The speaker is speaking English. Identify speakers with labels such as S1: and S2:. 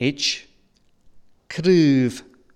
S1: H. Cruv.